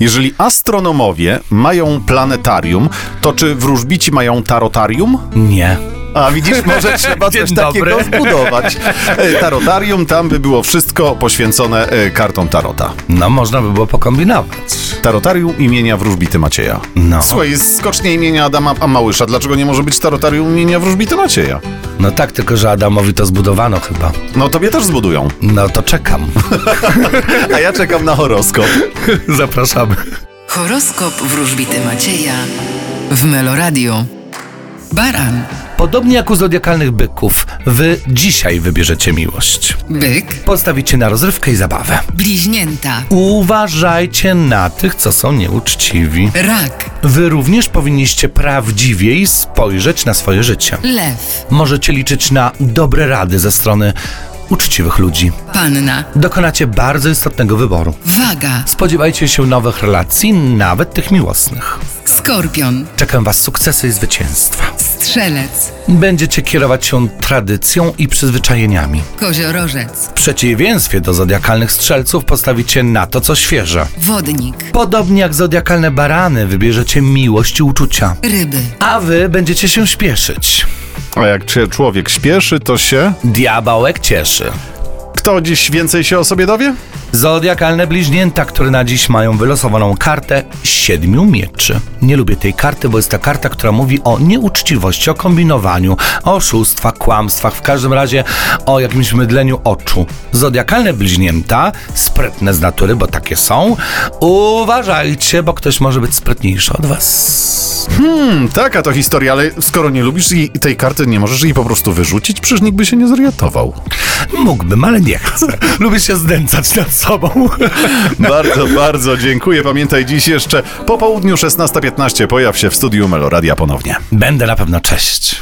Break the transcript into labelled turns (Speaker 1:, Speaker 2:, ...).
Speaker 1: Jeżeli astronomowie mają planetarium, to czy wróżbici mają tarotarium?
Speaker 2: Nie.
Speaker 1: A widzisz, może trzeba
Speaker 2: Dzień
Speaker 1: coś takiego
Speaker 2: dobry.
Speaker 1: zbudować. E, Tarotarium, tam by było wszystko poświęcone e, kartom tarota.
Speaker 2: No można by było pokombinować.
Speaker 1: Tarotarium imienia wróżbity Macieja.
Speaker 2: No.
Speaker 1: Słuchaj, jest skocznie imienia Adama a Małysza. Dlaczego nie może być tarotarium imienia wróżbity Macieja?
Speaker 2: No tak, tylko że Adamowi to zbudowano chyba.
Speaker 1: No tobie też zbudują.
Speaker 2: No to czekam.
Speaker 1: A ja czekam na horoskop.
Speaker 2: Zapraszamy.
Speaker 3: Horoskop wróżbity Macieja w Meloradio. Baran,
Speaker 2: Podobnie jak u zodiakalnych byków, wy dzisiaj wybierzecie miłość.
Speaker 3: byk,
Speaker 2: Postawicie na rozrywkę i zabawę.
Speaker 3: bliźnięta,
Speaker 2: Uważajcie na tych, co są nieuczciwi.
Speaker 3: rak,
Speaker 2: Wy również powinniście prawdziwiej spojrzeć na swoje życie.
Speaker 3: lew,
Speaker 2: Możecie liczyć na dobre rady ze strony uczciwych ludzi.
Speaker 3: panna,
Speaker 2: Dokonacie bardzo istotnego wyboru.
Speaker 3: waga,
Speaker 2: Spodziewajcie się nowych relacji, nawet tych miłosnych.
Speaker 3: skorpion,
Speaker 2: Czekają Was sukcesy i zwycięstwa.
Speaker 3: strzelec,
Speaker 2: Będziecie kierować się tradycją i przyzwyczajeniami.
Speaker 3: koziorożec,
Speaker 2: W przeciwieństwie do zodiakalnych strzelców postawicie na to, co świeże.
Speaker 3: wodnik,
Speaker 2: Podobnie jak zodiakalne barany, wybierzecie miłość i uczucia.
Speaker 3: ryby,
Speaker 2: A Wy będziecie się śpieszyć.
Speaker 1: A jak się człowiek śpieszy, to się...
Speaker 2: Diabełek cieszy.
Speaker 1: Kto dziś więcej się o sobie dowie?
Speaker 2: Zodiakalne bliźnięta, które na dziś mają wylosowaną kartę siedmiu mieczy. Nie lubię tej karty, bo jest ta karta, która mówi o nieuczciwości, o kombinowaniu, o oszustwach, kłamstwach, w każdym razie o jakimś mydleniu oczu. Zodiakalne bliźnięta, sprytne z natury, bo takie są, uważajcie, bo ktoś może być sprytniejszy od was.
Speaker 1: Hmm, taka to historia, ale skoro nie lubisz jej, tej karty, nie możesz jej po prostu wyrzucić? Przecież nikt by się nie zorientował.
Speaker 2: Mógłbym, ale nie chcę. Lubię się znęcać nad sobą.
Speaker 1: Bardzo, bardzo dziękuję. Pamiętaj dziś jeszcze po południu 16.15 pojaw się w studiu Meloradia ponownie.
Speaker 2: Będę na pewno, cześć.